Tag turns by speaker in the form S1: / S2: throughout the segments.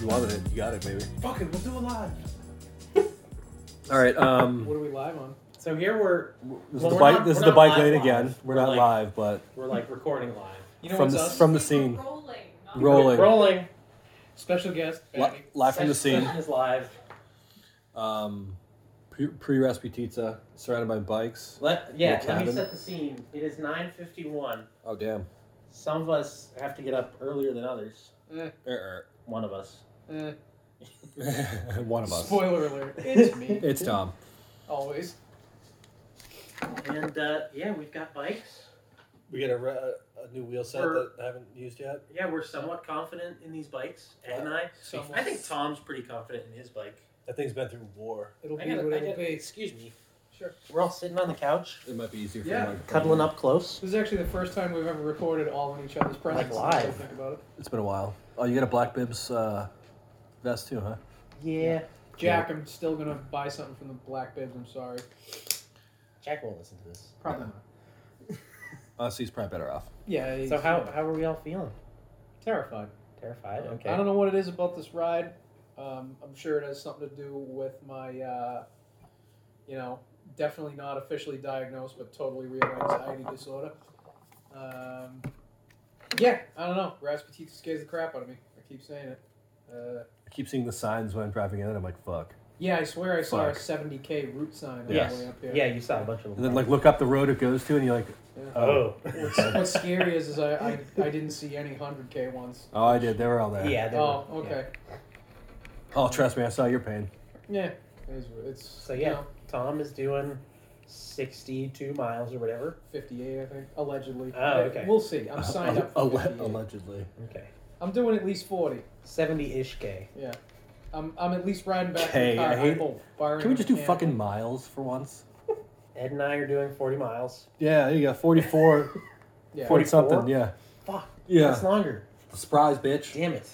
S1: You wanted it. You got it, baby.
S2: Fuck it, we'll do a live.
S1: All right. Um,
S2: What are we live on? So here we're. Well,
S1: this is
S2: we're
S1: the bike.
S2: not-
S1: this
S2: we're
S1: is the
S2: not
S1: bike
S2: live
S1: lane
S2: live.
S1: again. We're
S2: We're
S1: not
S2: like-
S1: live, but
S2: We're like recording live.
S3: You know
S1: from
S3: what's
S1: the
S3: us?
S1: from the scene,
S4: Rolling. not-
S1: rolling,
S2: Rolling.
S3: Special guest.
S1: Li-
S3: Patty.
S1: live from the
S2: Session
S1: scene.
S2: Is live.
S1: Um, pre recipe pizza, surrounded by bikes.
S2: Let yeah.
S1: Your
S2: Let me
S1: cabin.
S2: set the scene. It is nine fifty one.
S1: Oh damn.
S2: Some of us have to get up earlier than others.
S1: Er,
S2: One of us.
S3: Eh,
S1: er. One of us.
S3: spoiler alert. It's me.
S1: It's Tom.
S3: Always.
S2: And uh, yeah, we've got bikes.
S1: We got a, a new wheel
S2: set that
S1: I haven't used yet.
S2: Yeah, we're somewhat confident in these bikes. Ed and I.
S3: Somewhat.
S2: I think Tom's pretty confident in his bike.
S1: That thing's been through war.
S3: It'll
S2: I
S3: be
S2: gotta,
S3: what
S2: I
S3: it'll
S2: gotta-
S3: be.
S2: excuse me.
S3: Sure.
S2: We're all sitting on the couch,
S1: It might be easier for
S3: Yeah.
S1: the microphone.
S2: cuddling up close.
S3: This is actually the first time we've ever recorded all in each other's presence.
S2: Like live.
S3: now that I Think about it.
S1: It's been a while. Oh, you got a black bibs uh, vest too, huh?
S2: Yeah.
S3: Jack, I'm still gonna buy something from the Black Bibs. I'm sorry.
S2: Jack won't listen to this.
S3: Probably not.
S1: Honestly, Uh, he's probably better off.
S3: Yeah. he's-
S2: So how how are we all feeling?
S3: Terrified.
S2: Terrified. Okay.
S3: I don't know what it is about this ride. Um, I'm sure it has something to do with my, uh, you know, definitely not officially diagnosed, but totally real anxiety disorder. Um, yeah, I don't know. Rasputitsa scares the crap out of me. I keep saying it. Uh,
S1: I keep seeing the signs when I'm driving in, and I'm like, fuck.
S3: yeah, I swear I saw
S1: Fuck.
S3: a 70k route sign on
S2: Yes.
S3: the way up here.
S2: Yeah, you saw a bunch of
S1: And then like look up the road it goes to, and you're like,
S3: Yeah.
S2: Oh.
S3: What's, what's scary is, is I, I, I didn't see any 100k ones.
S1: oh, I did. They were all there.
S2: Yeah. there
S3: Oh,
S2: were- yeah.
S3: okay.
S1: Oh, trust me, I saw your pain.
S3: Yeah. It is, what- it's
S2: So,
S3: you
S2: yeah.
S3: know,
S2: Tom is doing 62 miles or whatever.
S3: 58, I think, allegedly.
S2: Oh, okay.
S3: We'll see. I'm signed up for
S1: Alle-
S3: 58.
S1: allegedly.
S2: Okay.
S3: I'm doing at least 40.
S2: 70-ish K.
S3: Yeah. I'm, I'm at least riding back
S1: Okay,
S3: to the car.
S1: I hate-
S3: hopeful, barring
S1: Can we just do
S3: mechanic.
S1: fucking miles for once?
S2: Ed and I are doing 40 miles.
S1: Yeah, there you go. 44,
S3: Yeah.
S1: 40 something.
S2: 44?
S1: Yeah.
S2: Fuck.
S1: Yeah.
S2: That's longer.
S1: Surprise, bitch.
S2: Damn it.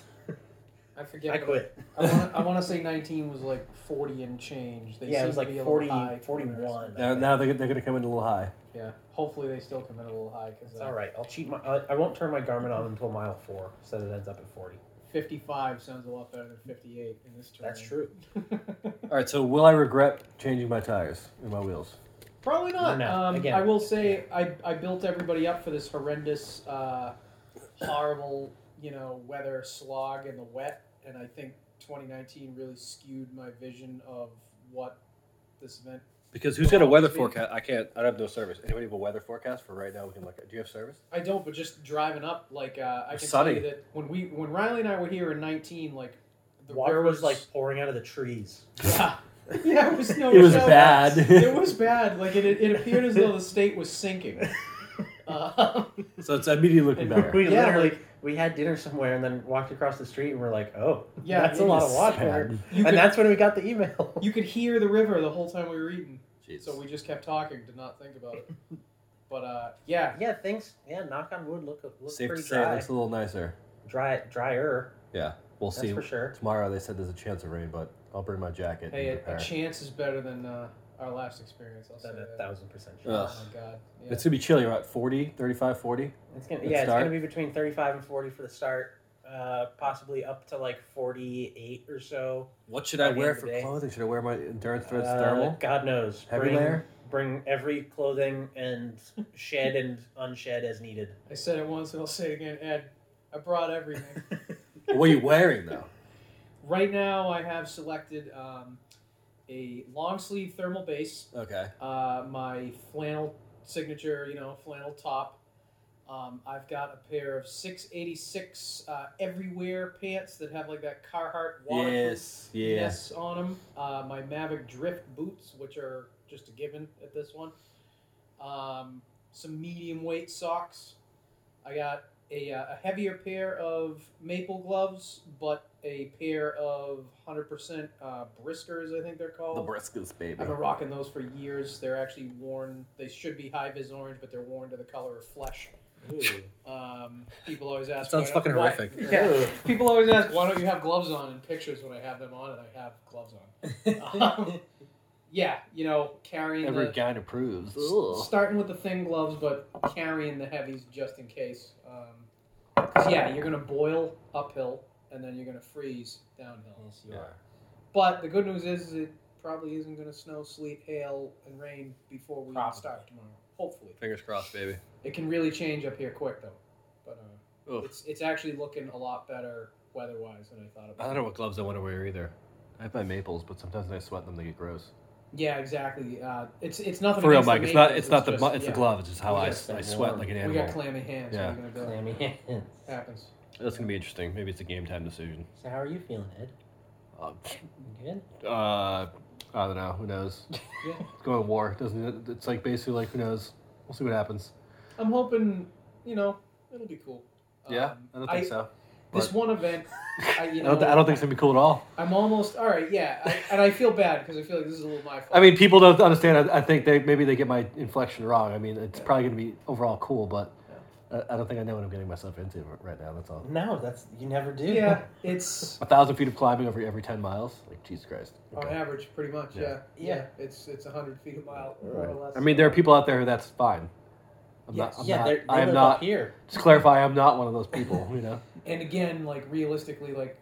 S3: I forget.
S2: I
S3: what-
S2: quit.
S3: I want, to, I want to say 19 was like 40 and change. They
S2: yeah, it
S3: seem
S2: was
S3: to
S2: like
S3: be a
S2: 40,
S3: little high.
S2: 41.
S1: Now, now they're, they're going to come in a little high.
S3: Yeah. Hopefully they still come in a little high uh, because
S2: It's all right. I'll cheat my. I, I won't turn my garment on until mile four, so that it ends up at 40.
S3: 55 sounds a lot better than 58 in this terrain.
S2: That's true.
S1: All right, so will I regret changing my tires and my wheels?
S3: Probably not.
S2: No,
S3: um,
S2: again.
S3: I will say I, I built everybody up for this horrendous, uh, horrible, you know, weather slog in the wet, and I think 2019 really skewed my vision of what this event.
S1: Because who's got a weather
S3: Speak.
S1: forecast? I can't. I don't have no service. Anybody have a weather forecast for right now? We can look. at. Do you have service?
S3: I don't, but just driving up, like uh, I
S1: It's
S3: can
S1: sunny.
S3: tell you that when we when Riley and I were here in 19, like the
S2: Water was
S3: rivers,
S2: like pouring out of the trees.
S3: yeah, yeah, it was no,
S1: It was
S3: joke.
S1: bad.
S3: It was bad. Like it, it appeared as though the state was sinking. Uh,
S1: so it's immediately looking
S2: And
S1: better.
S2: we
S3: Yeah,
S2: literally we had dinner somewhere and then walked across the street and we're like, oh,
S3: Yeah,
S2: that's a
S3: it
S2: lot
S3: is
S2: of water.
S1: Bad.
S3: you
S2: and
S3: could-
S2: that's when we got the email.
S3: You could hear the river the whole time we were eating,
S1: Jeez.
S3: so we just kept talking, did not think about it. But uh, yeah,
S2: yeah, things. Yeah, knock on wood, look look
S1: Safe to
S2: pretty
S1: say, it
S2: dry.
S1: looks a little nicer.
S2: dry, drier.
S1: We'll
S2: That's
S1: see.
S2: for sure.
S1: Tomorrow they said there's a chance of rain, but I'll bring my jacket.
S3: hey,
S1: and
S3: a, a
S1: prepare.
S3: chance is better than uh, our last experience. I'll say
S2: Then a
S3: that.
S2: thousand percent. Sure.
S1: Ugh.
S3: Oh my god, yeah.
S1: It's gonna be chilly. We're at 40, 35, 40.
S2: It's gonna,
S1: Good
S2: yeah,
S1: start.
S2: it's gonna be between thirty-five and forty for the start. Uh, possibly up to like forty-eight or so.
S1: What should
S2: By
S1: I
S2: the
S1: wear
S2: end of
S1: for
S2: the day.
S1: clothing? Should I wear my endurance threads
S2: Uh,
S1: thermal?
S2: God knows.
S1: Heavy
S2: bring,
S1: layer?
S2: Bring every clothing and shed and unshed as needed.
S3: I said it once and I'll say it again, Ed. I brought everything.
S1: what are you wearing though?
S3: right now, I have selected um, a long sleeve thermal base,
S1: Okay.
S3: uh, my flannel signature, you know, flannel top. Um, I've got a pair of 686 uh, everywhere pants that have like that Carhartt waterproof
S1: Yes. Yeah.
S3: Yes, on them. Uh, my Mavic Drift boots, which are just a given at this one. Um, some medium weight socks. I got a, uh, a heavier pair of maple gloves, but a pair of 100% uh, briskers, I think they're
S1: The
S3: called.
S1: briskets, baby.
S3: I've been rocking those for years. They're actually worn, they should be high vis orange, but they're worn to the color of flesh. Um, people always ask.
S1: That sounds
S3: why-
S1: fucking
S3: why-
S1: horrific.
S3: Yeah. People always ask, why don't you have gloves on in pictures when I have them on, and I have gloves on. Um, yeah, you know, carrying
S1: Every
S3: the,
S1: guy approves.
S3: s- starting with the thin gloves, but carrying the heavies just in case. Um 'cause yeah, you're gonna boil uphill and then you're gonna freeze downhill.
S2: Yes,
S1: you Yeah. are.
S3: But the good news is, is it probably isn't gonna snow, sleet, hail, and rain before we
S2: Probably.
S3: start tomorrow. Hopefully,
S1: Fingers crossed, baby.
S3: it can really change up here quick though. But uh,
S1: Oof.
S3: it's it's actually looking a lot better weather-wise than I thought
S1: I
S3: about.
S1: don't know what gloves I want to wear either. I have my maples, but sometimes when I sweat them, they get gross.
S3: Yeah, exactly. Uh, it's it's nothing.
S1: For real,
S3: against the
S1: Mike. It's not.
S3: Maples,
S1: It's not the.
S3: just-
S1: mu- It's
S3: yeah.
S1: the glove. It's just how
S3: We
S1: I,
S3: gotta
S1: s-
S3: stay
S1: I sweat
S2: warm.
S1: like an
S3: We got
S1: animal.
S3: clammy hands.
S1: Yeah.
S3: What are you gonna do?
S2: Clammy hands.
S3: Happens.
S1: That's gonna be interesting. Maybe it's a game time decision.
S2: So how are you feeling, Ed?
S1: Uh,
S2: You Good.
S1: uh, I don't know. Who knows?
S3: Yeah.
S1: It's going to war. Doesn't it? It's like basically like who knows. We'll see what happens.
S3: I'm hoping, you know, it'll be cool.
S1: yeah,
S3: Um,
S1: I don't think so.
S3: This
S1: but-
S3: one event, I, you
S1: I, don't,
S3: know,
S1: I don't think it's gonna be cool at all.
S3: I'm almost all right. Yeah, I, and I feel bad because I feel like this is a little my fault.
S1: I mean, people don't understand. I, I think they maybe they get my inflection wrong. I mean, it's probably gonna be overall cool, but I, I don't think I know what I'm getting myself into right now. That's all.
S2: No, that's you never do.
S3: yeah, it's
S1: A thousand feet of climbing over every ten miles. Like Jesus Christ.
S3: on
S1: Okay.
S3: average pretty much. Oh, Yeah,
S1: Yeah.
S2: Yeah.
S3: it's it's 100 feet a mile, more
S1: Right.
S3: or less.
S1: I mean, there are people out there who that's fine. I'm
S3: Yes.
S1: not. I'm
S2: yeah,
S1: not
S2: they're, they
S1: I am
S2: live
S1: not.
S2: up here.
S1: Just clarify, I'm not one of those people. You know.
S3: and again, like realistically, like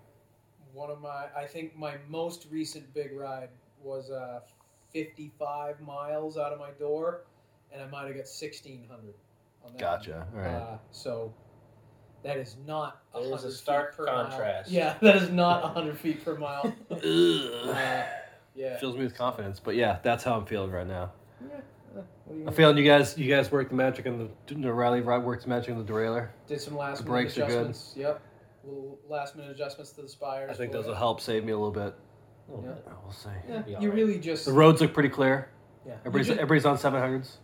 S3: one of my, I think my most recent big ride was uh, 55 miles out of my door, and I might have got 1600. On that
S1: Gotcha. All
S3: one.
S1: right.
S3: Uh, so that is not a
S2: There's a
S3: 100 feet
S2: stark
S3: per mile.
S2: contrast.
S3: Yeah, that is not 100 feet per mile. Uh, yeah.
S1: Fills me with confidence, but yeah, that's how I'm feeling right now.
S3: Yeah, uh, what do you
S1: I'm
S3: mean?
S1: feeling you guys. You guys worked the magic on the, the Riley Rod worked the magic on the derailleur.
S3: Did some last
S1: The
S3: minute
S1: brakes are good.
S3: adjustments. Yep. Little last minute adjustments to the spires.
S1: I think
S3: for
S1: those
S3: it.
S1: will help save me a little bit.
S2: Oh,
S3: Yeah.
S1: We'll see.
S2: be
S3: Yeah,
S2: all
S3: you
S2: right.
S3: really just
S1: The roads look pretty clear.
S3: yeah. You
S1: Everybody's
S3: just-
S1: everybody's on seven hundreds.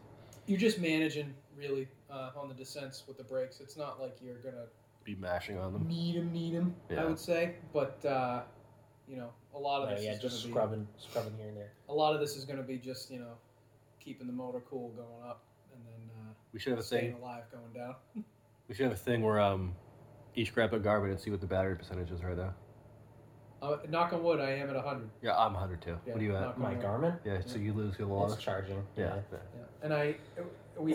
S3: you're just managing really uh, on the descents with the brakes. It's not like you're gonna
S1: Be mashing on them.
S3: need them, need them. I
S1: Yeah.
S3: would say, but uh, you know, a lot of
S2: No,
S3: this
S2: Oh, yeah,
S3: is
S2: just
S3: gonna be
S2: scrubbing, scrubbing here and there.
S3: a lot of this is gonna be just you know keeping the motor cool going up and then
S1: We should have
S3: uh,
S1: a
S3: staying
S1: thing.
S3: alive going down.
S1: We should have a thing where um, each grab a garbage and see what the battery percentage is right now.
S3: Uh, knock on wood, I am at hundred.
S1: Yeah, I'm 100 too.
S3: Yeah,
S1: what are you at?
S3: knock on
S2: My
S3: wood.
S2: Garmin,
S1: Yeah, so you lose, you'll
S2: it's
S1: lost.
S2: charging.
S1: Yeah. yeah.
S3: Yeah. And I, we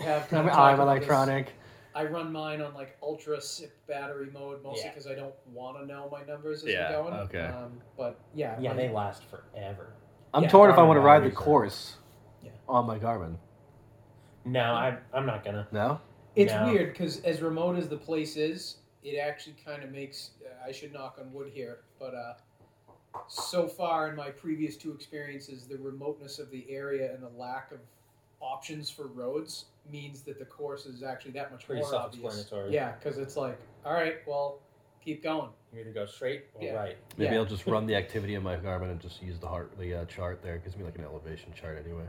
S3: have.
S1: I'm,
S3: kinda talked
S1: I'm
S3: about this.
S1: electronic.
S3: I run mine on like ultra sip battery mode mostly
S2: Yeah.
S3: because I don't want to know my numbers as
S1: Yeah,
S3: I'm going.
S1: okay.
S3: Um, but yeah,
S2: Yeah,
S3: my-
S2: they last forever.
S1: I'm
S3: Yeah,
S1: torn if I
S2: Garmin
S1: want to ride the
S2: batteries are-
S1: course
S3: Yeah.
S1: on my Garmin.
S2: No, I'm, I'm not gonna.
S1: No,
S3: It's
S2: Yeah.
S3: weird because as remote as the place is, it actually kind of makes. uh, I should knock on wood here, but uh, so far in my previous two experiences, the remoteness of the area and the lack of options for roads means that the course is actually that much
S2: Pretty
S3: more obvious.
S2: self-explanatory.
S3: Yeah, because it's like, all right, well, keep going.
S2: You either go straight or
S3: Yeah.
S2: right.
S1: maybe
S3: Yeah.
S1: I'll just run the activity on my Garmin and just use the heart, the uh, chart there. It gives me like an elevation chart anyway.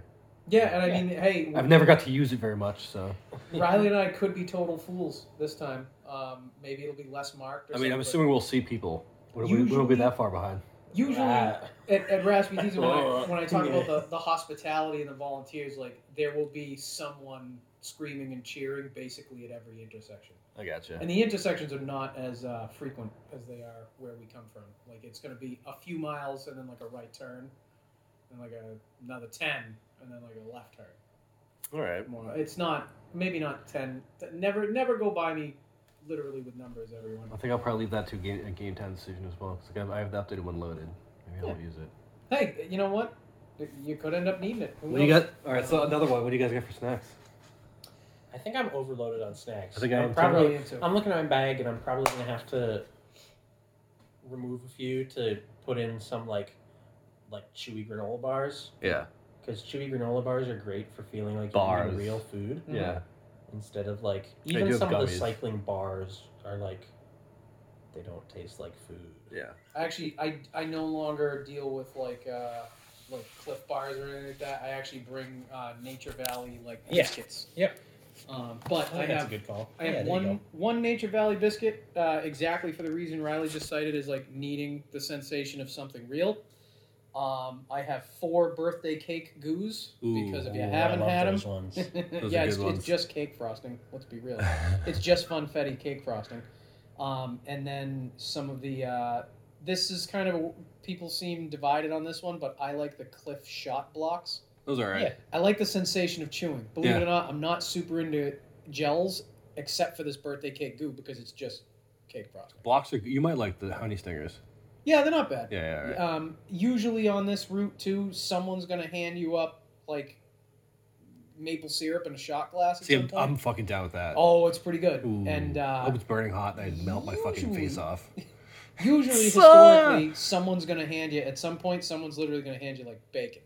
S3: Yeah, and I
S2: Yeah.
S3: mean, hey,
S1: I've never got to use it very much, so
S3: Riley and I could be total fools this time. Um, maybe it'll be less marked. Or
S1: I mean, I'm
S3: something,
S1: assuming we'll see people. We'll, we won't be
S3: Usually-
S1: that far behind.
S3: but Usually,
S2: Ah,
S3: at, at Raspy when I,
S2: Oh.
S3: when I talk
S2: Yeah.
S3: about the, the hospitality and the volunteers, like there will be someone screaming and cheering basically at every intersection.
S1: I gotcha.
S3: And the intersections are not as uh, frequent as they are where we come from. Like it's going to be a few miles and then like a right turn, and like a, another ten, and then like a left turn.
S1: All right.
S3: More. It's not maybe not ten. Never never go by me, literally with numbers. Everyone.
S1: I think I'll probably leave that to a game, a game time decision as well. Cause like, I've- I have the updated one loaded. Maybe I'll use it.
S3: Hey, you know what? You could end up needing it. Who
S1: What do you
S3: knows?
S1: got? All right, so another one. What do you guys got for snacks?
S2: I think I'm overloaded on snacks.
S1: I think I am
S2: I'm
S1: too.
S2: probably.
S3: Brilliant, too.
S2: I'm looking at my bag, and I'm probably gonna have to remove a few to put in some like, like chewy granola bars.
S1: Yeah.
S2: Because chewy granola bars are great for feeling like you're
S1: Bars.
S2: eating real food
S3: Mm-hmm.
S1: Yeah.
S2: instead of like
S1: They do
S2: even
S1: have
S2: some of the
S1: gummies.
S2: cycling bars are like they don't taste like food.
S1: Yeah.
S3: actually I, I no longer deal with like uh like cliff bars or anything like that. I actually bring uh, Nature Valley like
S2: Yeah.
S3: biscuits.
S2: Yep.
S3: Um, but I,
S2: I think that's a
S3: have
S2: good call.
S3: I have
S2: Yeah, there you
S3: one
S2: go.
S3: one Nature Valley biscuit uh, exactly for the reason Riley just cited is like needing the sensation of something real. Um, I have four birthday cake goos because if you
S2: Ooh, I
S3: haven't
S2: love
S3: had them,
S2: those ones.
S1: are
S3: yeah,
S1: good
S3: it's, it's
S1: ones.
S3: just cake frosting. Let's be real it's just funfetti cake frosting um, and then some of the uh, this is kind of people seem divided on this one but i like the cliff shot blocks
S1: Those are
S2: Yeah.
S3: i like the sensation of chewing believe it
S1: Yeah.
S3: or not i'm not super into gels except for this birthday cake goo because it's just cake frosting.
S1: Blocks are. You might like the honey stingers.
S3: Yeah, they're not bad.
S1: Yeah, yeah, right.
S3: Um, usually on this route too, someone's gonna hand you up like maple syrup in a shot glass. At
S1: See,
S3: some
S1: I'm,
S3: point.
S1: I'm fucking down with that.
S3: oh, it's pretty good.
S1: Ooh,
S3: and uh,
S1: hope it's burning hot and I'd melt my fucking face
S3: usually-
S1: off.
S3: usually,
S1: Suck.
S3: historically, someone's gonna hand you at some point. Someone's literally gonna hand you like bacon.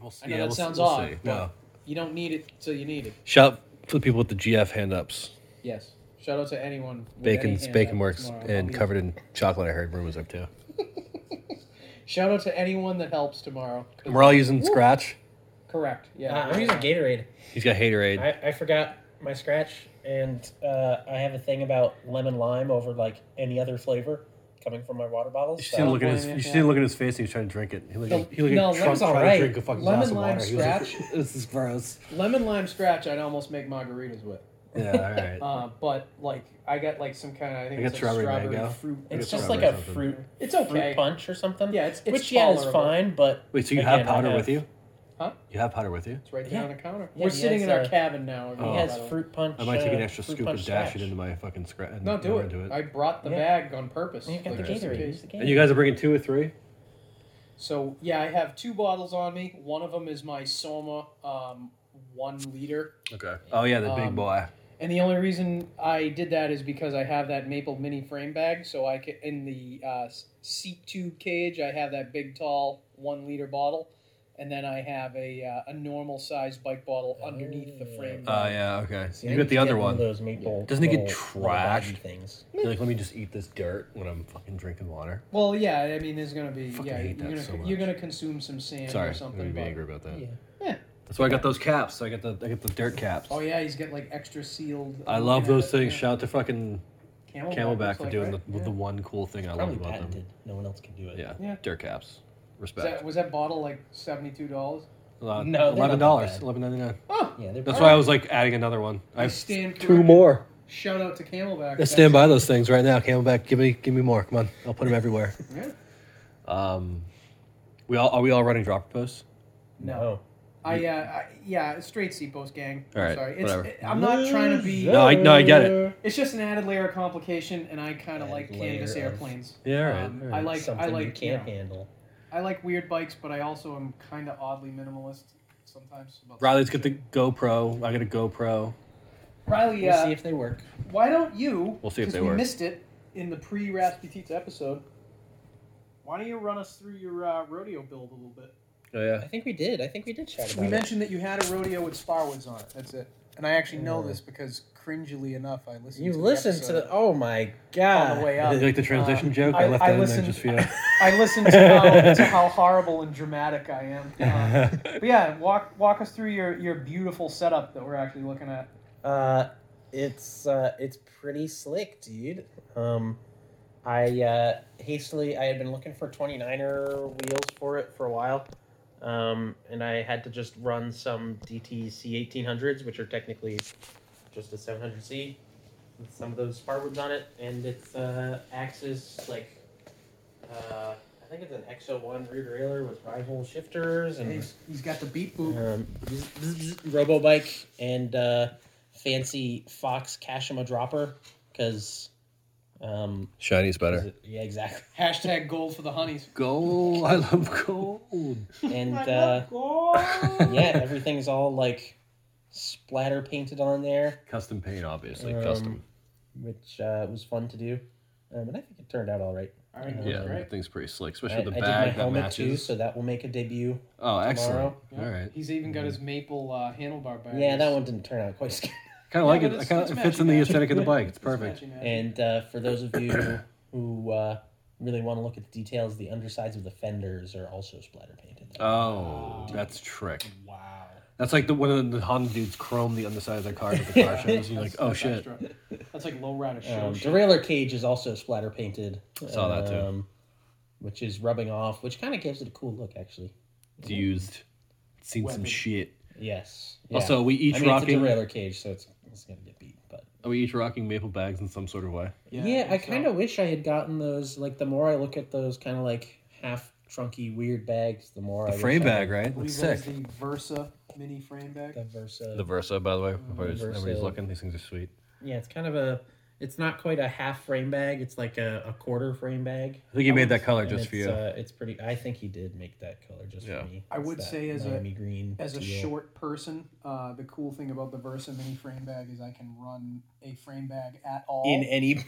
S1: We'll see.
S3: I know
S1: yeah,
S3: that
S1: we'll,
S3: sounds
S1: we'll
S3: odd,
S1: See.
S3: but-
S1: No.
S3: You don't need it till you need it.
S1: Shout for the people with the GF hand ups.
S3: Yes. Shout out to anyone. with any
S1: Bacon's
S3: hand
S1: Bacon
S3: up
S1: Works
S3: tomorrow. I'll
S1: and
S3: be-
S1: covered in chocolate. I heard rumors up too.
S3: Shout out to anyone that helps tomorrow. 'cause-
S1: And we're all using Scratch.
S3: Correct. Yeah.
S2: Uh, I'm using Gatorade.
S1: He's got Haterade.
S2: I, I forgot my scratch, and uh, I have a thing about lemon lime over like any other flavor coming from my water bottles.
S1: You should
S2: so-
S1: see him look at his.
S3: blame
S1: You
S3: you,
S1: should
S3: yeah.
S1: see him look at his face. He was trying to drink it. He looked.
S3: The-
S1: He looked
S2: no,
S1: at Trump
S2: lemon's
S1: trying
S2: alright.
S1: to drink a fucking
S3: Lemon
S1: glass of
S3: lime
S1: water. He was like,
S3: Scratch?
S1: this is gross.
S2: uh,
S3: Lemon lime scratch. I'd almost make margaritas with.
S1: Yeah, all right.
S3: Uh, but like I got like some kind of I think
S1: I
S3: it's
S1: got
S3: like
S1: strawberry
S3: strawberry
S1: mango.
S3: fruit.
S1: I
S2: It's
S1: guess
S2: just like
S1: strawberry
S2: a
S1: or something.
S2: fruit,
S3: It's
S2: fruit
S3: okay.
S2: punch or something.
S3: Yeah, it's it's
S2: which yeah is
S3: tolerable.
S2: fine, but
S1: Wait, so you
S2: Again,
S1: have
S2: I
S1: powder
S2: have-
S1: with you?
S3: Huh?
S1: You have powder with you?
S3: It's right there
S2: Yeah.
S3: on the counter.
S2: Yeah,
S3: We're
S2: he
S3: sitting
S2: has,
S3: in our
S2: uh,
S3: cabin now.
S2: he
S1: Oh.
S2: has fruit punch.
S1: I might take an
S2: uh,
S1: extra
S2: fruit
S1: scoop
S2: punch
S1: and dash it
S2: scratch.
S1: into my fucking scratch.
S3: No, do
S1: never
S3: it.
S1: Do it.
S3: I brought the
S2: Yeah.
S3: bag on purpose.
S2: You got the
S3: like,
S1: Alright,
S3: just in
S2: Gatorade.
S3: case.
S2: Use the
S1: And you guys are bringing two or three?
S3: So yeah, I have two bottles on me. One of them is my Soma, um, one liter,
S1: Okay. Oh yeah, the big
S3: Um,
S1: boy.
S3: and the only reason I did that is because I have that maple mini frame bag. So I can in the uh, seat tube cage, I have that big tall one liter bottle, and then I have a uh, a normal sized bike bottle underneath the frame.
S1: Oh
S3: bag.
S1: yeah, okay.
S2: See, I
S1: You
S2: need
S1: got the
S2: to
S1: other
S2: get of
S1: one.
S2: those maple.
S1: Doesn't it get
S2: little- little baggy
S1: trashed?
S2: Things.
S1: You're like, let me just eat this dirt when I'm fucking drinking water.
S3: Well, yeah, I mean, there's gonna be
S1: Fucking
S3: yeah,
S1: hate
S3: you're
S1: that
S3: gonna
S1: so
S3: you're
S1: much.
S3: gonna consume some sand
S1: Sorry,
S3: or
S1: I'm gonna
S3: something.
S1: be
S3: but-
S1: angry about that.
S2: Yeah.
S1: That's why I got those caps. So I got the I got the dirt caps.
S3: Oh yeah, he's got like extra sealed.
S1: I love
S3: Yeah,
S1: those things.
S3: yeah.
S1: Shout out to fucking
S3: Camelback,
S1: Camelback
S3: looks
S1: for
S3: like,
S1: doing
S3: right?
S1: the
S3: Yeah.
S1: the one cool thing I love
S2: Probably
S1: about them.
S2: patented. No one else can do it.
S1: Yeah,
S3: Yeah.
S1: dirt caps.
S3: Is that,
S1: Respect.
S3: was that bottle like seventy two dollars?
S2: No,
S1: Uh,
S2: they're not
S1: eleven dollars,
S2: bad.
S1: eleven ninety nine.
S3: Oh,
S2: Yeah, they're
S1: That's
S2: pretty-
S1: why I was like adding another one. I
S3: I
S1: have
S3: stand
S1: two
S3: corrected.
S1: more.
S3: Shout out to Camelback.
S1: Let's stand by those things right now. Camelback, give me give me more. Come on, I'll put them everywhere.
S3: Yeah.
S1: Um, we all are we all running dropper posts?
S3: Um, No, I, uh, I yeah, straight Seapost gang.
S1: All right,
S3: I'm sorry, it's,
S1: whatever.
S3: it- I'm not trying to be.
S1: No, I- no, I get it.
S3: It's just an added layer of complication, and I kind of
S2: Added
S3: like
S2: layer
S3: canvas
S2: of-
S3: airplanes.
S1: Yeah, all right.
S3: Um,
S1: all right.
S3: I like
S2: Something
S3: I like
S2: you
S3: you
S2: can't
S3: know,
S2: handle.
S3: I like weird bikes, but I also am kind of oddly minimalist sometimes. about
S1: Riley's got
S3: stuff.
S1: the GoPro. I got a GoPro.
S3: Riley.
S2: We'll
S3: Uh,
S2: see if they work.
S3: why don't you?
S1: We'll see if
S3: 'cause
S1: they
S3: we
S1: work.
S3: missed it in the pre Rasputitsa episode. Why don't you run us through your uh, rodeo build a little bit?
S1: Oh yeah.
S2: I think we did. I think we did chat about
S3: We
S2: it.
S3: mentioned that you had a rodeo with Sparwoods on it. That's it. And I actually know
S1: Mm-hmm.
S3: this because, cringily enough, I listened.
S2: You
S3: to
S2: listened
S3: the
S2: to
S3: episode
S2: the. Oh my
S3: on
S2: god.
S3: the way
S1: Did you
S3: up.
S1: like the transition
S3: Uh,
S1: joke? I,
S3: I-
S1: left
S3: I
S1: that in there
S3: listened-
S1: just for you.
S3: I listened to how, to how horrible and dramatic I am. Uh, but yeah, walk walk us through your your beautiful setup that we're actually looking at.
S2: Uh, it's uh, it's pretty slick, dude. Um, I uh, hastily I had been looking for 29er wheels for it for a while, um, and I had to just run some DTC 1800s, which are technically just a 700C with some of those Sparwoods on it, and it's uh, Axis like. Uh, I think it's an XO1 rear derailleur with rival shifters and
S3: He's, he's got the beep boop.
S2: um, bzz, bzz, bzz, Robobike and uh, fancy Fox Kashima dropper because um,
S1: Shiny's
S2: is
S1: better.
S2: it- yeah exactly
S3: Hashtag gold for the honeys.
S1: Gold. I love gold.
S2: and
S3: I
S2: uh,
S3: love gold.
S2: yeah everything's all like splatter painted on there
S1: Custom paint, obviously.
S2: Um,
S1: Custom.
S2: which uh, was fun to do um, and I think it turned out all right. Um,
S3: All right,
S1: Yeah,
S3: that's great.
S1: that thing's pretty
S2: I,
S1: slick, especially
S2: I did
S1: with the
S2: my
S1: bag that
S2: helmet too,
S1: matches.
S2: so that will make a debut.
S1: oh, excellent.
S2: tomorrow.
S3: Yeah.
S1: All right. Mm.
S3: He's even got his maple uh, handlebar back.
S2: Yeah, that one didn't turn out quite. as good.
S1: Kind
S3: Yeah,
S1: of like
S3: but
S1: it. I
S3: it's-
S1: kind
S3: it's
S1: of it fits in the
S3: matchy-matchy.
S1: aesthetic of the bike. It's
S3: It's
S1: perfect.
S3: matching, matching.
S2: And uh, for those of you who uh, really want to look at the details, the undersides of the fenders are also splatter painted.
S1: Oh, that's trick.
S3: wow.
S1: That's like the one of the Honda dudes chrome the underside of their cars at the car shows. You're like,
S3: That's-
S1: oh
S3: that's
S1: shit.
S3: extra. That's like low rider show.
S2: Um,
S3: shit.
S2: derailleur cage is also splatter painted.
S1: Saw that, too.
S2: Um, which is rubbing off, which kind of gives it a cool look, actually.
S1: It's used. It's seen some
S3: Weapon.
S1: shit.
S2: Yes. Yeah.
S1: Also, we each
S2: I mean,
S1: rocking.
S2: it's a derailleur cage, so it's, it's gonna get beat. But
S1: Are we each rocking maple bags in some sort of way?
S2: yeah, I kind of wish I had gotten those. Like the more I look at those, kind of like half trunky weird bags, the more I
S1: The
S2: wish
S1: fray
S2: I
S1: bag,
S2: had
S1: right?
S3: believe
S1: Looks
S3: that is
S1: sick.
S3: the Versa mini frame bag.
S2: The Versa.
S1: The Versa, by the way, if
S3: Mm,
S1: everybody's,
S2: Versa.
S1: everybody's looking, these things are sweet.
S2: Yeah, it's kind of a It's not quite a half frame bag. It's like a, a quarter frame bag.
S4: I think he made that color
S2: And
S4: just
S2: it's,
S4: for you.
S2: Uh, it's pretty. I think he did make that color just
S4: Yeah.
S2: for me.
S3: I
S2: It's
S3: would
S2: that
S3: say as a-
S2: Miami green
S3: As a
S2: teal.
S3: short person, uh, the cool thing about the Versa mini frame bag is I can run a frame bag at all
S2: in any.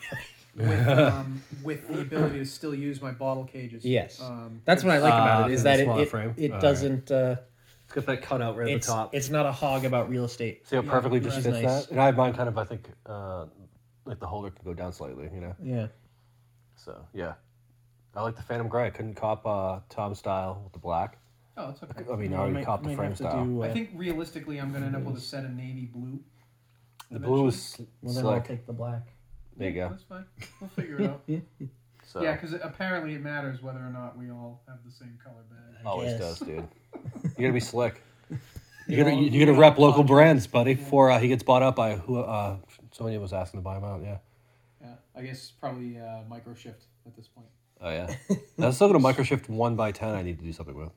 S3: with, um, with the ability to still use my bottle cages.
S2: Yes.
S3: Um,
S2: That's what I like
S1: Ah,
S2: about it
S1: okay,
S2: is
S1: the
S2: that it
S1: smaller
S2: it,
S1: frame.
S2: it
S1: All right.
S2: doesn't. Uh,
S1: It's got that cutout right at the
S2: it's
S1: top.
S2: it's not a hog about real estate.
S1: See how
S3: Yeah,
S1: perfectly just
S2: which
S1: fits
S2: is nice.
S1: that? And I have mine kind of, I think, uh, like the holder could go down slightly, you know?
S2: Yeah.
S1: So, yeah. I like the Phantom Gray. I couldn't cop uh, Tom style with the black.
S3: Oh, it's okay.
S1: I mean, I
S2: I
S1: already
S2: might-
S1: copped the
S2: might
S1: frame
S2: have to
S1: style.
S2: do, uh,
S3: I think realistically, I'm gonna end up with a set of navy blue.
S1: the blue is sl-
S2: well, then I'll
S1: slick.
S2: take the black.
S1: There you
S3: Yeah,
S1: go.
S3: That's fine. We'll figure it out.
S1: So,
S3: Yeah, because apparently it matters whether or not we all have the same color bag.
S1: always
S2: Yes.
S1: does, dude. You're going to be slick.
S3: You
S1: You're gonna
S3: know,
S1: you're gonna
S3: you
S1: rep
S3: have
S1: local
S3: podcasts.
S1: brands, buddy. Before uh, he gets bought up by who? Uh, Sonia was asking to buy him out. Yeah.
S3: Yeah, I guess probably uh, micro shift at this point.
S1: Oh yeah. That's still gonna microshift one by ten. I need to do something with.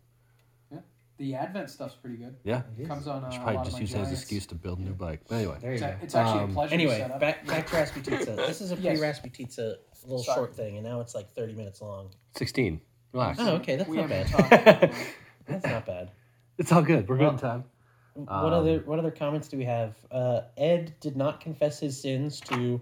S3: The Advent stuff's pretty good.
S1: Yeah.
S3: It comes on. Uh,
S1: I should
S3: a lot
S1: probably
S3: of
S1: just
S3: my
S1: use that as an
S3: Giants.
S1: excuse to build a new bike. But anyway.
S2: There you
S3: It's,
S2: go.
S3: a- it's actually
S1: Um,
S3: a pleasure.
S2: Anyway,
S3: setup.
S2: back back to Rasputitsa. This is a
S3: Yes.
S2: pre-Rasputitsa little
S3: Sorry.
S2: short thing, and now it's like thirty minutes long.
S1: 16. Relax.
S2: Oh, okay, that's
S3: we
S2: not
S3: haven't
S2: bad.
S3: talked-
S2: That's not bad.
S1: It's all good. We're good
S3: Oh.
S1: in time.
S2: what other
S1: Um,
S2: what other comments do we have? Uh, Ed did not confess his sins to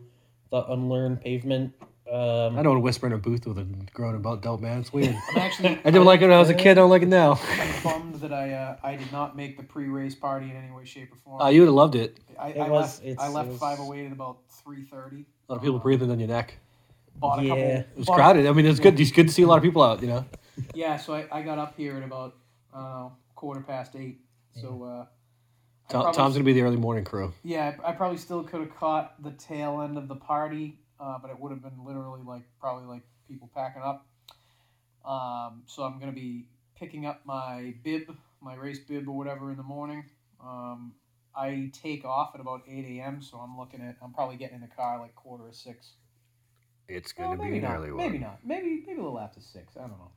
S2: the unlearned pavement. Um,
S1: I don't want to whisper in a booth with a grown about adult man. It's weird.
S3: I'm actually
S1: I didn't like it when I was a kid. I don't like it now.
S3: bummed that I uh, I did not make the pre-race party in any way, shape, or form.
S1: Uh, you would have loved it.
S3: I,
S2: It
S3: I
S2: was-
S3: left,
S2: it's-
S3: I
S2: it
S3: left
S2: was-
S3: five oh eight at about three thirty. Uh,
S1: A lot of people breathing on your neck.
S3: Bought a couple.
S2: Yeah.
S1: It was
S3: bought-
S1: crowded. I mean, it's good. It's good to see a lot of people out. You know.
S3: Yeah, so I, I got up here at about uh, quarter past eight. So uh, I
S1: Tom,
S3: probably-
S1: Tom's gonna be the early morning crew.
S3: yeah, I, I probably still could have caught the tail end of the party, uh, but it would have been literally like probably like people packing up. Um, so I'm gonna be picking up my bib, my race bib or whatever in the morning. Um, I take off at about eight a.m. So I'm looking at I'm probably getting in the car like quarter to six.
S1: It's
S3: Well, maybe not. Maybe not. Maybe maybe a little after six. I don't know.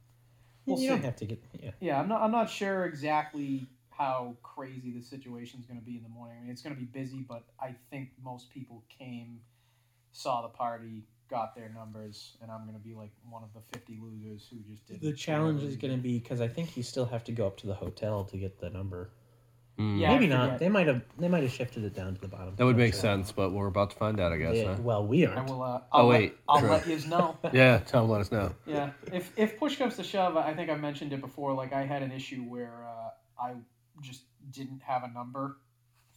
S3: We'll
S2: you don't
S3: see.
S2: have to get. Yeah.
S3: Yeah, I'm not. I'm not sure exactly how crazy the situation's going to be in the morning. I mean, it's going to be busy, but I think most people came, saw the party, got their numbers, and I'm going to be like one of the 50 losers who just did.
S2: The challenge is going to be because I think you still have to go up to the hotel to get the number.
S3: Yeah, I
S2: Maybe
S3: forget.
S2: not. They might have. They might have shifted it down to the bottom.
S1: Hmm. That would
S2: I'm
S1: make
S2: sure.
S1: sense, but we're about to find out, I guess.
S2: Yeah,
S1: huh?
S2: Well, we
S3: I
S2: aren't.
S3: will. Uh, I'll
S1: Oh,
S3: let-
S1: wait,
S3: I'll
S1: true.
S3: let you know.
S1: Yeah, Tom, let us know.
S3: Yeah, if if push comes to shove, I think I mentioned it before. Like I had an issue where uh, I just didn't have a number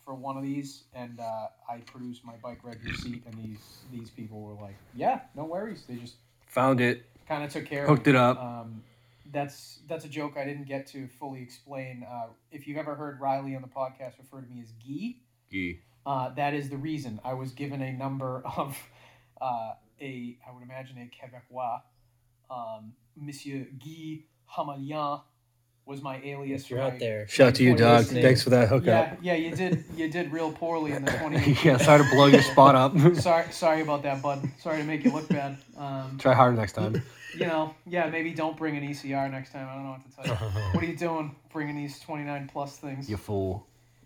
S3: for one of these, and uh, I produced my bike red receipt, and these these people were like, "Yeah, no worries." They just
S1: Found it,
S3: kind of took care of
S1: hooked it up.
S3: um, that's that's a joke I didn't get to fully explain. Uh, if you've ever heard Riley on the podcast refer to me as Gee,
S1: Gee.
S3: uh, that is the reason I was given a number of uh, a, I would imagine a Quebecois, um, Monsieur Guy Hamalien was my alias.
S2: If you're
S3: for
S2: out
S3: my-
S2: there,
S1: Shout out to you,
S3: What do
S1: dog.
S3: you think?
S1: Thanks for that
S3: Yeah,
S1: hookup.
S3: yeah, you did you did real poorly in the
S1: Yeah,
S3: 20.
S1: sorry to blow your spot up.
S3: sorry, sorry about that, bud. Sorry to make you look bad. Um,
S1: Try harder next time.
S3: you know, yeah, maybe don't bring an ECR next time. I don't know what to tell you. what are you doing bringing these 29 plus things?
S1: You fool.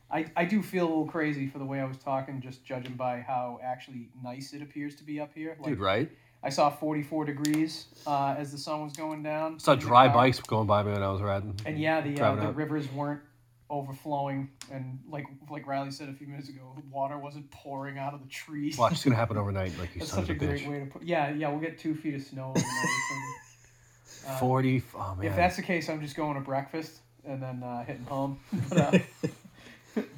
S3: I, I do feel a little crazy for the way I was talking, just judging by how actually nice it appears to be up here. Like,
S1: Dude, right?
S3: I saw 44 degrees uh, as the sun was going down.
S1: saw
S3: in the
S1: dry
S3: car.
S1: bikes going by me when I was riding.
S3: And yeah, the, uh,
S1: Driving
S3: the
S1: up.
S3: rivers weren't overflowing, and like like Riley said a few minutes ago, water wasn't pouring out of the trees.
S1: Watch, it's going to happen overnight, like you
S3: That's
S1: son
S3: such
S1: of
S3: a,
S1: a
S3: great
S1: bitch.
S3: way to put. Yeah, yeah, we'll get two feet of snow. overnight or something. Uh,
S1: 40, oh man.
S3: If that's the case, I'm just going to breakfast and then uh, hitting home. But, uh,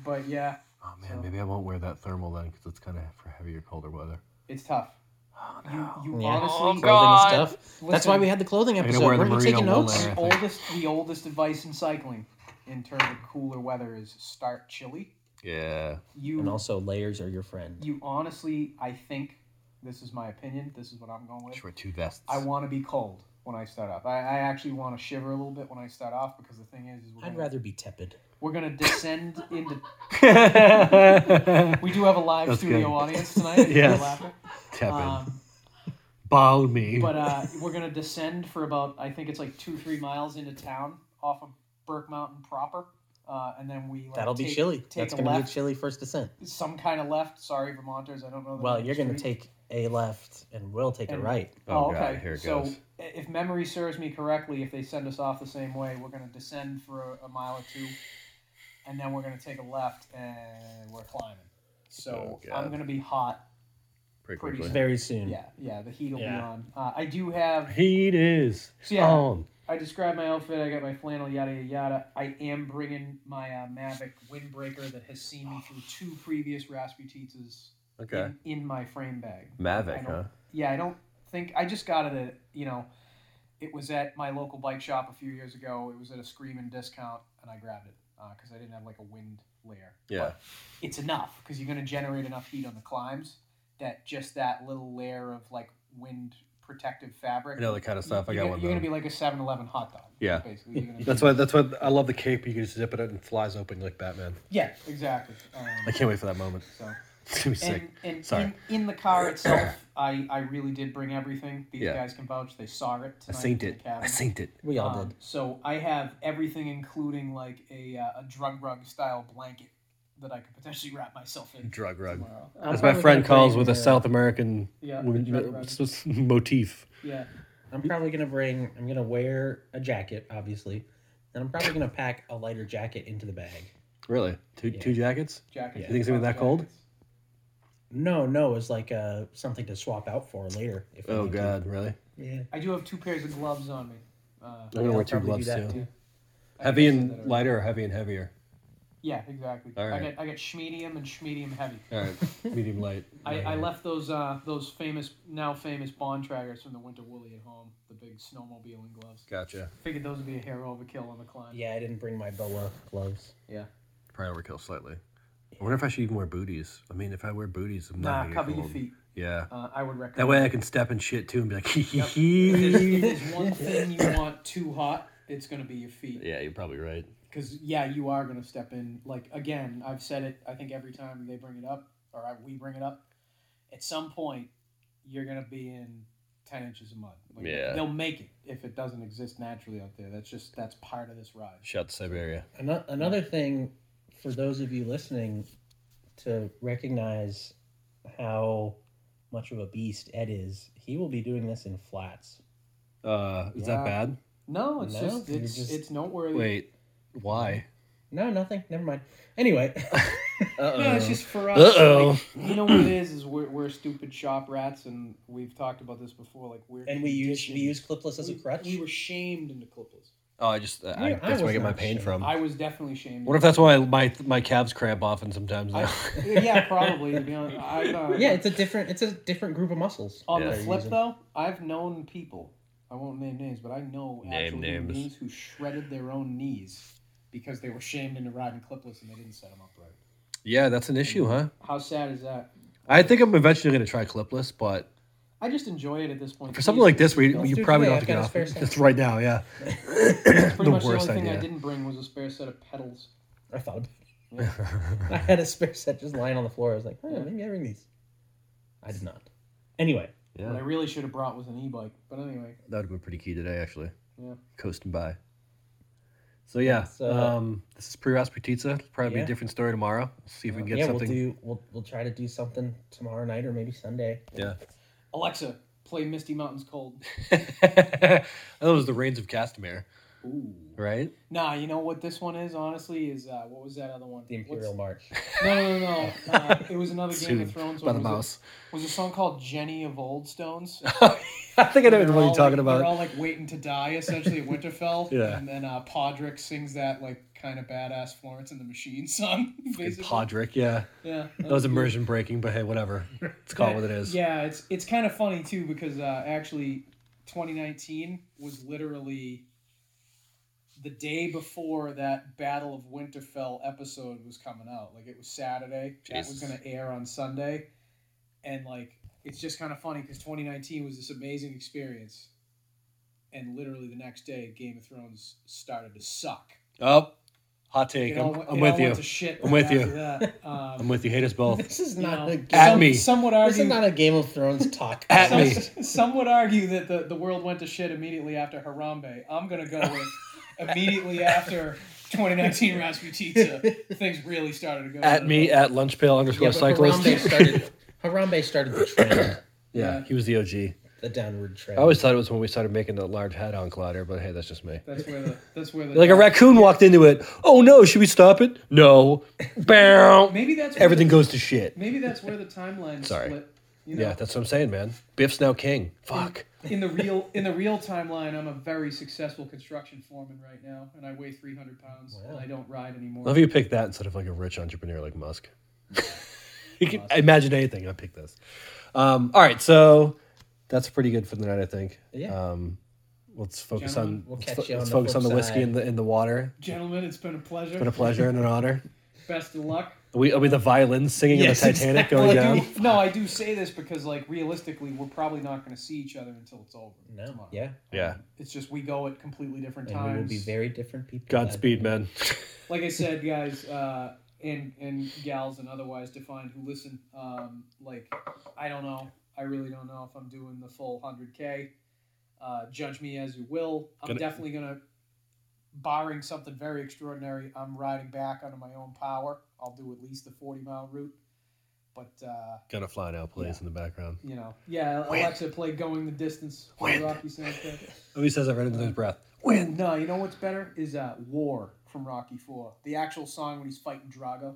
S3: but yeah,
S1: oh man, maybe I won't wear that thermal then because it's kind of for heavier, colder weather.
S3: it's tough. Oh,
S1: Oh,
S3: You, you
S2: Yeah.
S3: honestly,
S2: Clothing and stuff. That's
S3: Listen.
S2: why we had the clothing
S1: gonna
S2: episode.
S1: wear
S2: We're
S1: the
S2: not
S1: merino
S2: taking
S1: wool
S2: notes.
S1: layer.
S3: the oldest the oldest advice in cycling in terms of cooler weather is start chilly.
S1: Yeah.
S3: You
S2: And also, layers are your friend.
S3: you honestly, I think this is my opinion. This is what I'm going with.
S1: Just wear two vests.
S3: I want to be cold when I start off. I, I actually want to shiver a little bit when I start off because the thing is, is we're
S2: I'd
S3: gonna,
S2: rather be tepid.
S3: we're gonna descend into.
S1: Tepid.
S3: We do have a live
S1: That's
S3: studio
S1: good.
S3: audience tonight. if you're
S1: Yes.
S3: laughing. Um,
S1: Bow me.
S3: but uh, we're gonna descend for about I think it's like two three miles into town off of Burke Mountain proper, uh, and then we like,
S2: That'll be
S3: take-
S2: chilly.
S3: Take
S2: That's
S3: a
S2: going to be a
S3: left,
S2: chilly first descent.
S3: some kind of left. Sorry, Vermonters, I don't know. the
S2: Well,
S3: name of
S2: you're
S3: the
S2: going to
S3: street.
S2: take a left, and Will take
S3: And-
S2: a right.
S3: Oh,
S4: Oh, God,
S3: okay.
S4: here it
S3: so
S4: goes.
S3: i- if memory serves me correctly, if they send us off the same way, we're going to descend for a, a mile or two, and then we're going to take a left, and we're climbing. So
S4: Oh,
S3: I'm
S4: God.
S3: going to be hot.
S4: Pretty
S3: pretty
S4: quickly.
S2: Very soon.
S3: Yeah, yeah. The heat will be
S2: Yeah.
S3: on. Uh, I do have.
S1: Heat is
S3: So yeah,
S1: on.
S3: I described my outfit. I got my flannel, yada yada yada. I am bringing my uh, Mavic windbreaker that has seen me through two previous Rasputitas
S4: Okay.
S3: in, in my frame bag. I don't-
S4: Mavic, huh?
S3: Yeah, I don't think I just got it at you know, it was at my local bike shop a few years ago. It was at a screaming discount, and I grabbed it because I didn't have like a wind layer.
S4: Yeah.
S3: But it's enough because you're going to generate enough heat on the climbs that just that little layer of like wind protective fabric.
S4: I know the kind of stuff. I
S3: You're
S4: got
S3: gonna-
S4: one.
S3: You're
S4: though.
S3: going to be like a 7-Eleven hot dog.
S4: Yeah.
S3: basically. You're gonna be-
S1: That's why. That's why I love the cape. You can just zip it up and it flies open like Batman.
S3: Yeah, exactly. Um,
S1: I can't wait for that moment.
S3: so.
S1: It's gonna be sick.
S3: And, and
S4: Sorry.
S3: In, in the car itself, I, I really did bring everything. These
S4: Yeah.
S3: guys can vouch. They saw it
S4: I
S3: tonight.
S4: synced
S3: in the
S4: it. I
S3: cabin.
S4: synced it.
S2: We all
S3: Um,
S2: did.
S3: So I have everything, including like a, uh, a drug rug style blanket that I could potentially wrap myself in
S4: Drug rug.
S3: tomorrow. Uh,
S2: I'm
S1: As my
S2: probably
S1: friend
S2: gonna bring,
S1: calls with
S2: uh,
S1: a South American
S3: Yeah,
S1: woman-
S3: drug rug.
S1: s- s- motif.
S3: Yeah.
S2: I'm probably gonna bring. I'm gonna wear a jacket, obviously, and I'm probably gonna pack a lighter jacket into the bag.
S4: Really?
S1: Two,
S2: Yeah.
S1: two jackets.
S3: Jacket.
S2: You
S1: think it's gonna be that cold?
S2: No, no, it's like uh, something to swap out for later. If we
S4: Oh
S2: need to.
S4: God, really?
S2: Yeah.
S3: I do have two pairs of gloves on me. Uh,
S1: I'm gonna
S2: Yeah,
S1: wear
S2: I'll
S1: two
S2: probably do
S1: gloves
S2: that,
S1: too.
S2: too.
S3: I
S1: Heavy
S3: think I said
S1: and
S3: that already.
S1: lighter, or heavy and heavier.
S3: Yeah, exactly.
S4: All
S3: I
S4: right.
S3: got I got schmedium and schmedium heavy.
S4: All right.
S1: Medium light.
S3: I, I left those uh, those famous now famous bond traggers from the Winter Woolly at home, the big snowmobiling gloves.
S4: Gotcha.
S3: Figured those would be a hair overkill on the climb.
S2: Yeah, I didn't bring my boa gloves.
S4: Probably overkill slightly. I wonder if I should even wear booties. I mean, if I wear booties, I'm
S3: Nah,
S4: not gonna
S3: cover
S4: get
S3: your
S4: cold.
S3: feet.
S4: Yeah.
S3: Uh, I would recommend.
S4: That way I can step in shit too and be like, hee hee
S3: Yep.
S4: hee.
S3: if there's one thing you want too hot, it's gonna be your feet.
S4: Yeah, you're probably right.
S3: Because yeah, you are gonna step in. Like again, I've said it. I think every time they bring it up, or I, we bring it up, at some point, you're gonna be in ten inches of mud. Like,
S4: Yeah.
S3: They'll make it if it doesn't exist naturally out there. That's just that's part of this ride.
S4: Shout to Siberia.
S2: Ano- Another thing for those of you listening to recognize how much of a beast Ed is, he will be doing this in flats.
S4: Uh, is
S3: Yeah.
S4: that bad?
S3: No, it's
S2: No,
S3: just
S2: you're
S3: it's
S2: just-
S3: it's noteworthy.
S4: Wait, why?
S2: No, nothing. Never mind. Anyway,
S3: No, it's just for us.
S4: Uh-oh.
S3: like, you know what it is? Is we're, we're stupid shop rats, and we've talked about this before. Like we're
S2: and we use
S3: conditioned.
S2: we use clipless as a
S3: we,
S2: crutch.
S3: We were shamed into clipless.
S4: Oh, I
S1: uh,
S4: just, I,
S2: Yeah, I
S4: that's where I
S2: was
S4: get my
S2: not
S4: pain
S2: sure.
S4: from.
S3: I was definitely shamed.
S1: What if that's why my my calves cramp often sometimes? Now?
S3: I, yeah, probably. To be honest, I, uh,
S2: yeah, it's a different it's a different group of muscles.
S3: On
S4: Yeah.
S3: the flip,
S2: Reason.
S3: though, I've known people. I won't name names, but I know
S4: Name
S3: actual human
S4: names.
S3: beings who shredded their own knees because they were shamed into riding clipless and they didn't set them up right.
S1: yeah, that's an issue, huh?
S3: How sad is that?
S1: I think I'm eventually gonna try clipless, but
S3: I just enjoy it at this point.
S1: for something like this, where you,
S2: Let's
S1: you
S2: do it
S1: probably
S2: today.
S1: don't have to
S2: I've
S1: get
S2: got a spare
S1: off.
S2: set.
S1: it. It's right now, yeah.
S3: pretty
S1: the
S3: much
S1: worst
S3: the only thing I
S1: idea.
S3: didn't bring was a spare set of pedals.
S2: I thought about it. I had a spare set just lying on the floor. I was like, oh,
S3: Yeah.
S2: maybe I bring these. I did not. Anyway,
S3: What I really should have brought was an e-bike. But anyway,
S4: That would have been pretty key today, actually.
S3: Yeah.
S4: Coasting by. So yeah,
S2: That's, uh,
S1: um, this is pre Rasputitsa. Probably be
S2: Yeah.
S1: a different story tomorrow. See if we can get
S2: yeah,
S1: something.
S2: we'll do we'll we'll try to do something tomorrow night or maybe Sunday.
S3: Alexa, play Misty Mountains Cold.
S1: that was the Reigns of Castamere,
S3: Ooh.
S1: right?
S3: Nah, you know what this one is honestly is uh, what was that other one?
S2: The Imperial
S3: What's-
S2: March.
S3: No, no, no. no. Uh, it was another Game
S1: Soon,
S3: of Thrones
S1: by
S3: one.
S1: the
S3: was,
S1: mouse.
S3: It, was a song called Jenny of Old Stones.
S1: I think I know
S3: They're
S1: what you're
S3: all,
S1: talking
S3: like- They're
S1: about.
S3: all like waiting to die essentially at Winterfell.
S1: Yeah.
S3: And then uh, Podrick sings that like kind of badass Florence and the Machine song. Basically.
S1: Podrick, yeah.
S3: yeah.
S1: That was immersion breaking, but hey, whatever. It's called what it is.
S3: Yeah, it's it's kind of funny too because uh, actually, 2019 was literally the day before that Battle of Winterfell episode was coming out. Like it was Saturday. That was
S4: Jesus.
S3: going to air on Sunday, and like it's just kind of funny because 2019 was this amazing experience, and literally the next day, Game of Thrones started to suck.
S1: Oh, hot take.
S3: It
S1: I'm,
S3: all
S1: I'm
S3: went- it all
S1: with
S3: went
S1: you.
S3: to shit
S1: I'm with
S3: after
S1: you.
S3: that. Um,
S1: I'm with you. Hate us both.
S2: This is
S3: you
S2: not a
S1: Oh.
S3: know,
S1: At
S2: game.
S3: some-
S1: me.
S3: Some would
S2: This
S3: argue
S2: is not a Game of Thrones talk.
S1: At
S3: some,
S1: me.
S3: some would argue that the, the world went to shit immediately after Harambe. I'm going to go with immediately after 2019 Rasputitsa, things really started to go.
S1: At me at lunchpail underscore
S2: Yeah, but
S1: cyclist.
S2: Harambe started. Harambe started the trend.
S1: Yeah,
S3: Yeah.
S1: he was the OG.
S2: The downward
S1: I
S2: trend.
S1: always thought it was when we started making the large hat on collider, but hey, that's just me.
S3: That's where the that's where the
S1: Like a raccoon walked into it. Oh no, should we stop it? No. Bow.
S3: Maybe that's where
S1: Everything
S3: the-
S1: goes to shit.
S3: Maybe that's where the timeline
S1: Sorry.
S3: split. You know,
S1: Yeah, that's what I'm saying, man. Biff's now king. Fuck.
S3: in the real in the real timeline, I'm a very successful construction foreman right now, and I weigh 300 pounds, and I don't ride anymore.
S1: Love you picked that instead of like a rich entrepreneur like Musk. you can imagine anything. I picked this. Um, all right, so that's pretty good for the night, I think.
S2: Yeah.
S1: Um, let's focus
S3: Gentlemen,
S1: on
S2: we'll
S1: let's,
S2: catch
S1: fo-
S2: you on
S1: let's
S2: the
S1: focus on the
S2: flip
S1: whiskey
S2: side.
S1: and the in the water.
S3: Gentlemen, it's been a pleasure.
S1: It's been a pleasure and an honor.
S3: Best of luck.
S1: Are we, are we the violins singing
S3: Yes,
S1: in the Titanic
S3: exactly.
S1: going
S3: Well, I
S1: down?
S3: do- no, I do say this because, like, realistically, we're probably not going to see each other until it's over.
S2: No.
S3: tomorrow.
S2: Yeah.
S1: Yeah.
S3: It's just we go at completely different
S2: And we
S3: times.
S2: will be very different people.
S1: Godspeed, man.
S3: like I said, guys uh, and and gals and otherwise defined who listen. Um, like, I don't know. I really don't know if I'm doing the full hundred k. Uh, judge me as you will. I'm
S1: Gonna-
S3: definitely gonna, barring something very extraordinary, I'm riding back under my own power. I'll do at least the forty mile route. But uh,
S1: Gonna fly now plays in the background.
S3: you know, yeah,
S1: Win.
S3: Alexa played "Going the Distance" by
S1: Win.
S3: Rocky soundtrack.
S1: Oh, he says that right into his breath.
S3: Win. No, you know what's better is uh, "War" from Rocky Four. The actual song when he's fighting Drago.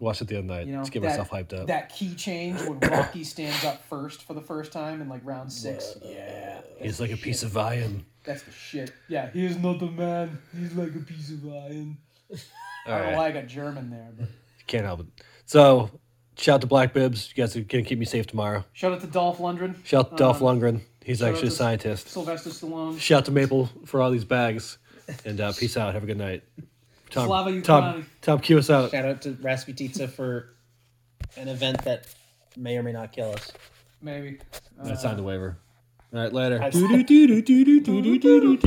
S1: Watched it the other night.
S3: You know,
S1: Just get
S3: that-
S1: myself hyped up.
S3: That key change when Rocky stands up first for the first time in like round six. Yeah.
S1: He's like a piece of iron.
S3: That's the shit. Yeah, he is not a man. He's like a piece of iron.
S1: All
S3: I don't know
S1: right.
S3: why I got German there, but
S1: Can't help it. So, shout out to Black Bibs. You guys are gonna keep me safe tomorrow.
S3: shout out to Dolph Lundgren,
S1: Shout out to Dolph
S3: Um,
S1: Lundgren. He's
S3: shout out
S1: actually a
S3: to-
S1: scientist.
S3: Sylvester Stallone,
S1: Shout out to Maple for all these bags. And uh, peace out. Have a good night. Tom,
S3: Slava
S1: Tom,
S3: Ukraini.
S1: Tom, cue us out.
S2: Shout out to Rasputitsa for an event that may or may not kill us.
S3: maybe.
S1: I signed the waiver. All right, later.
S2: I-
S1: Doo-doo-doo-doo-doo-doo-doo-doo-doo-doo.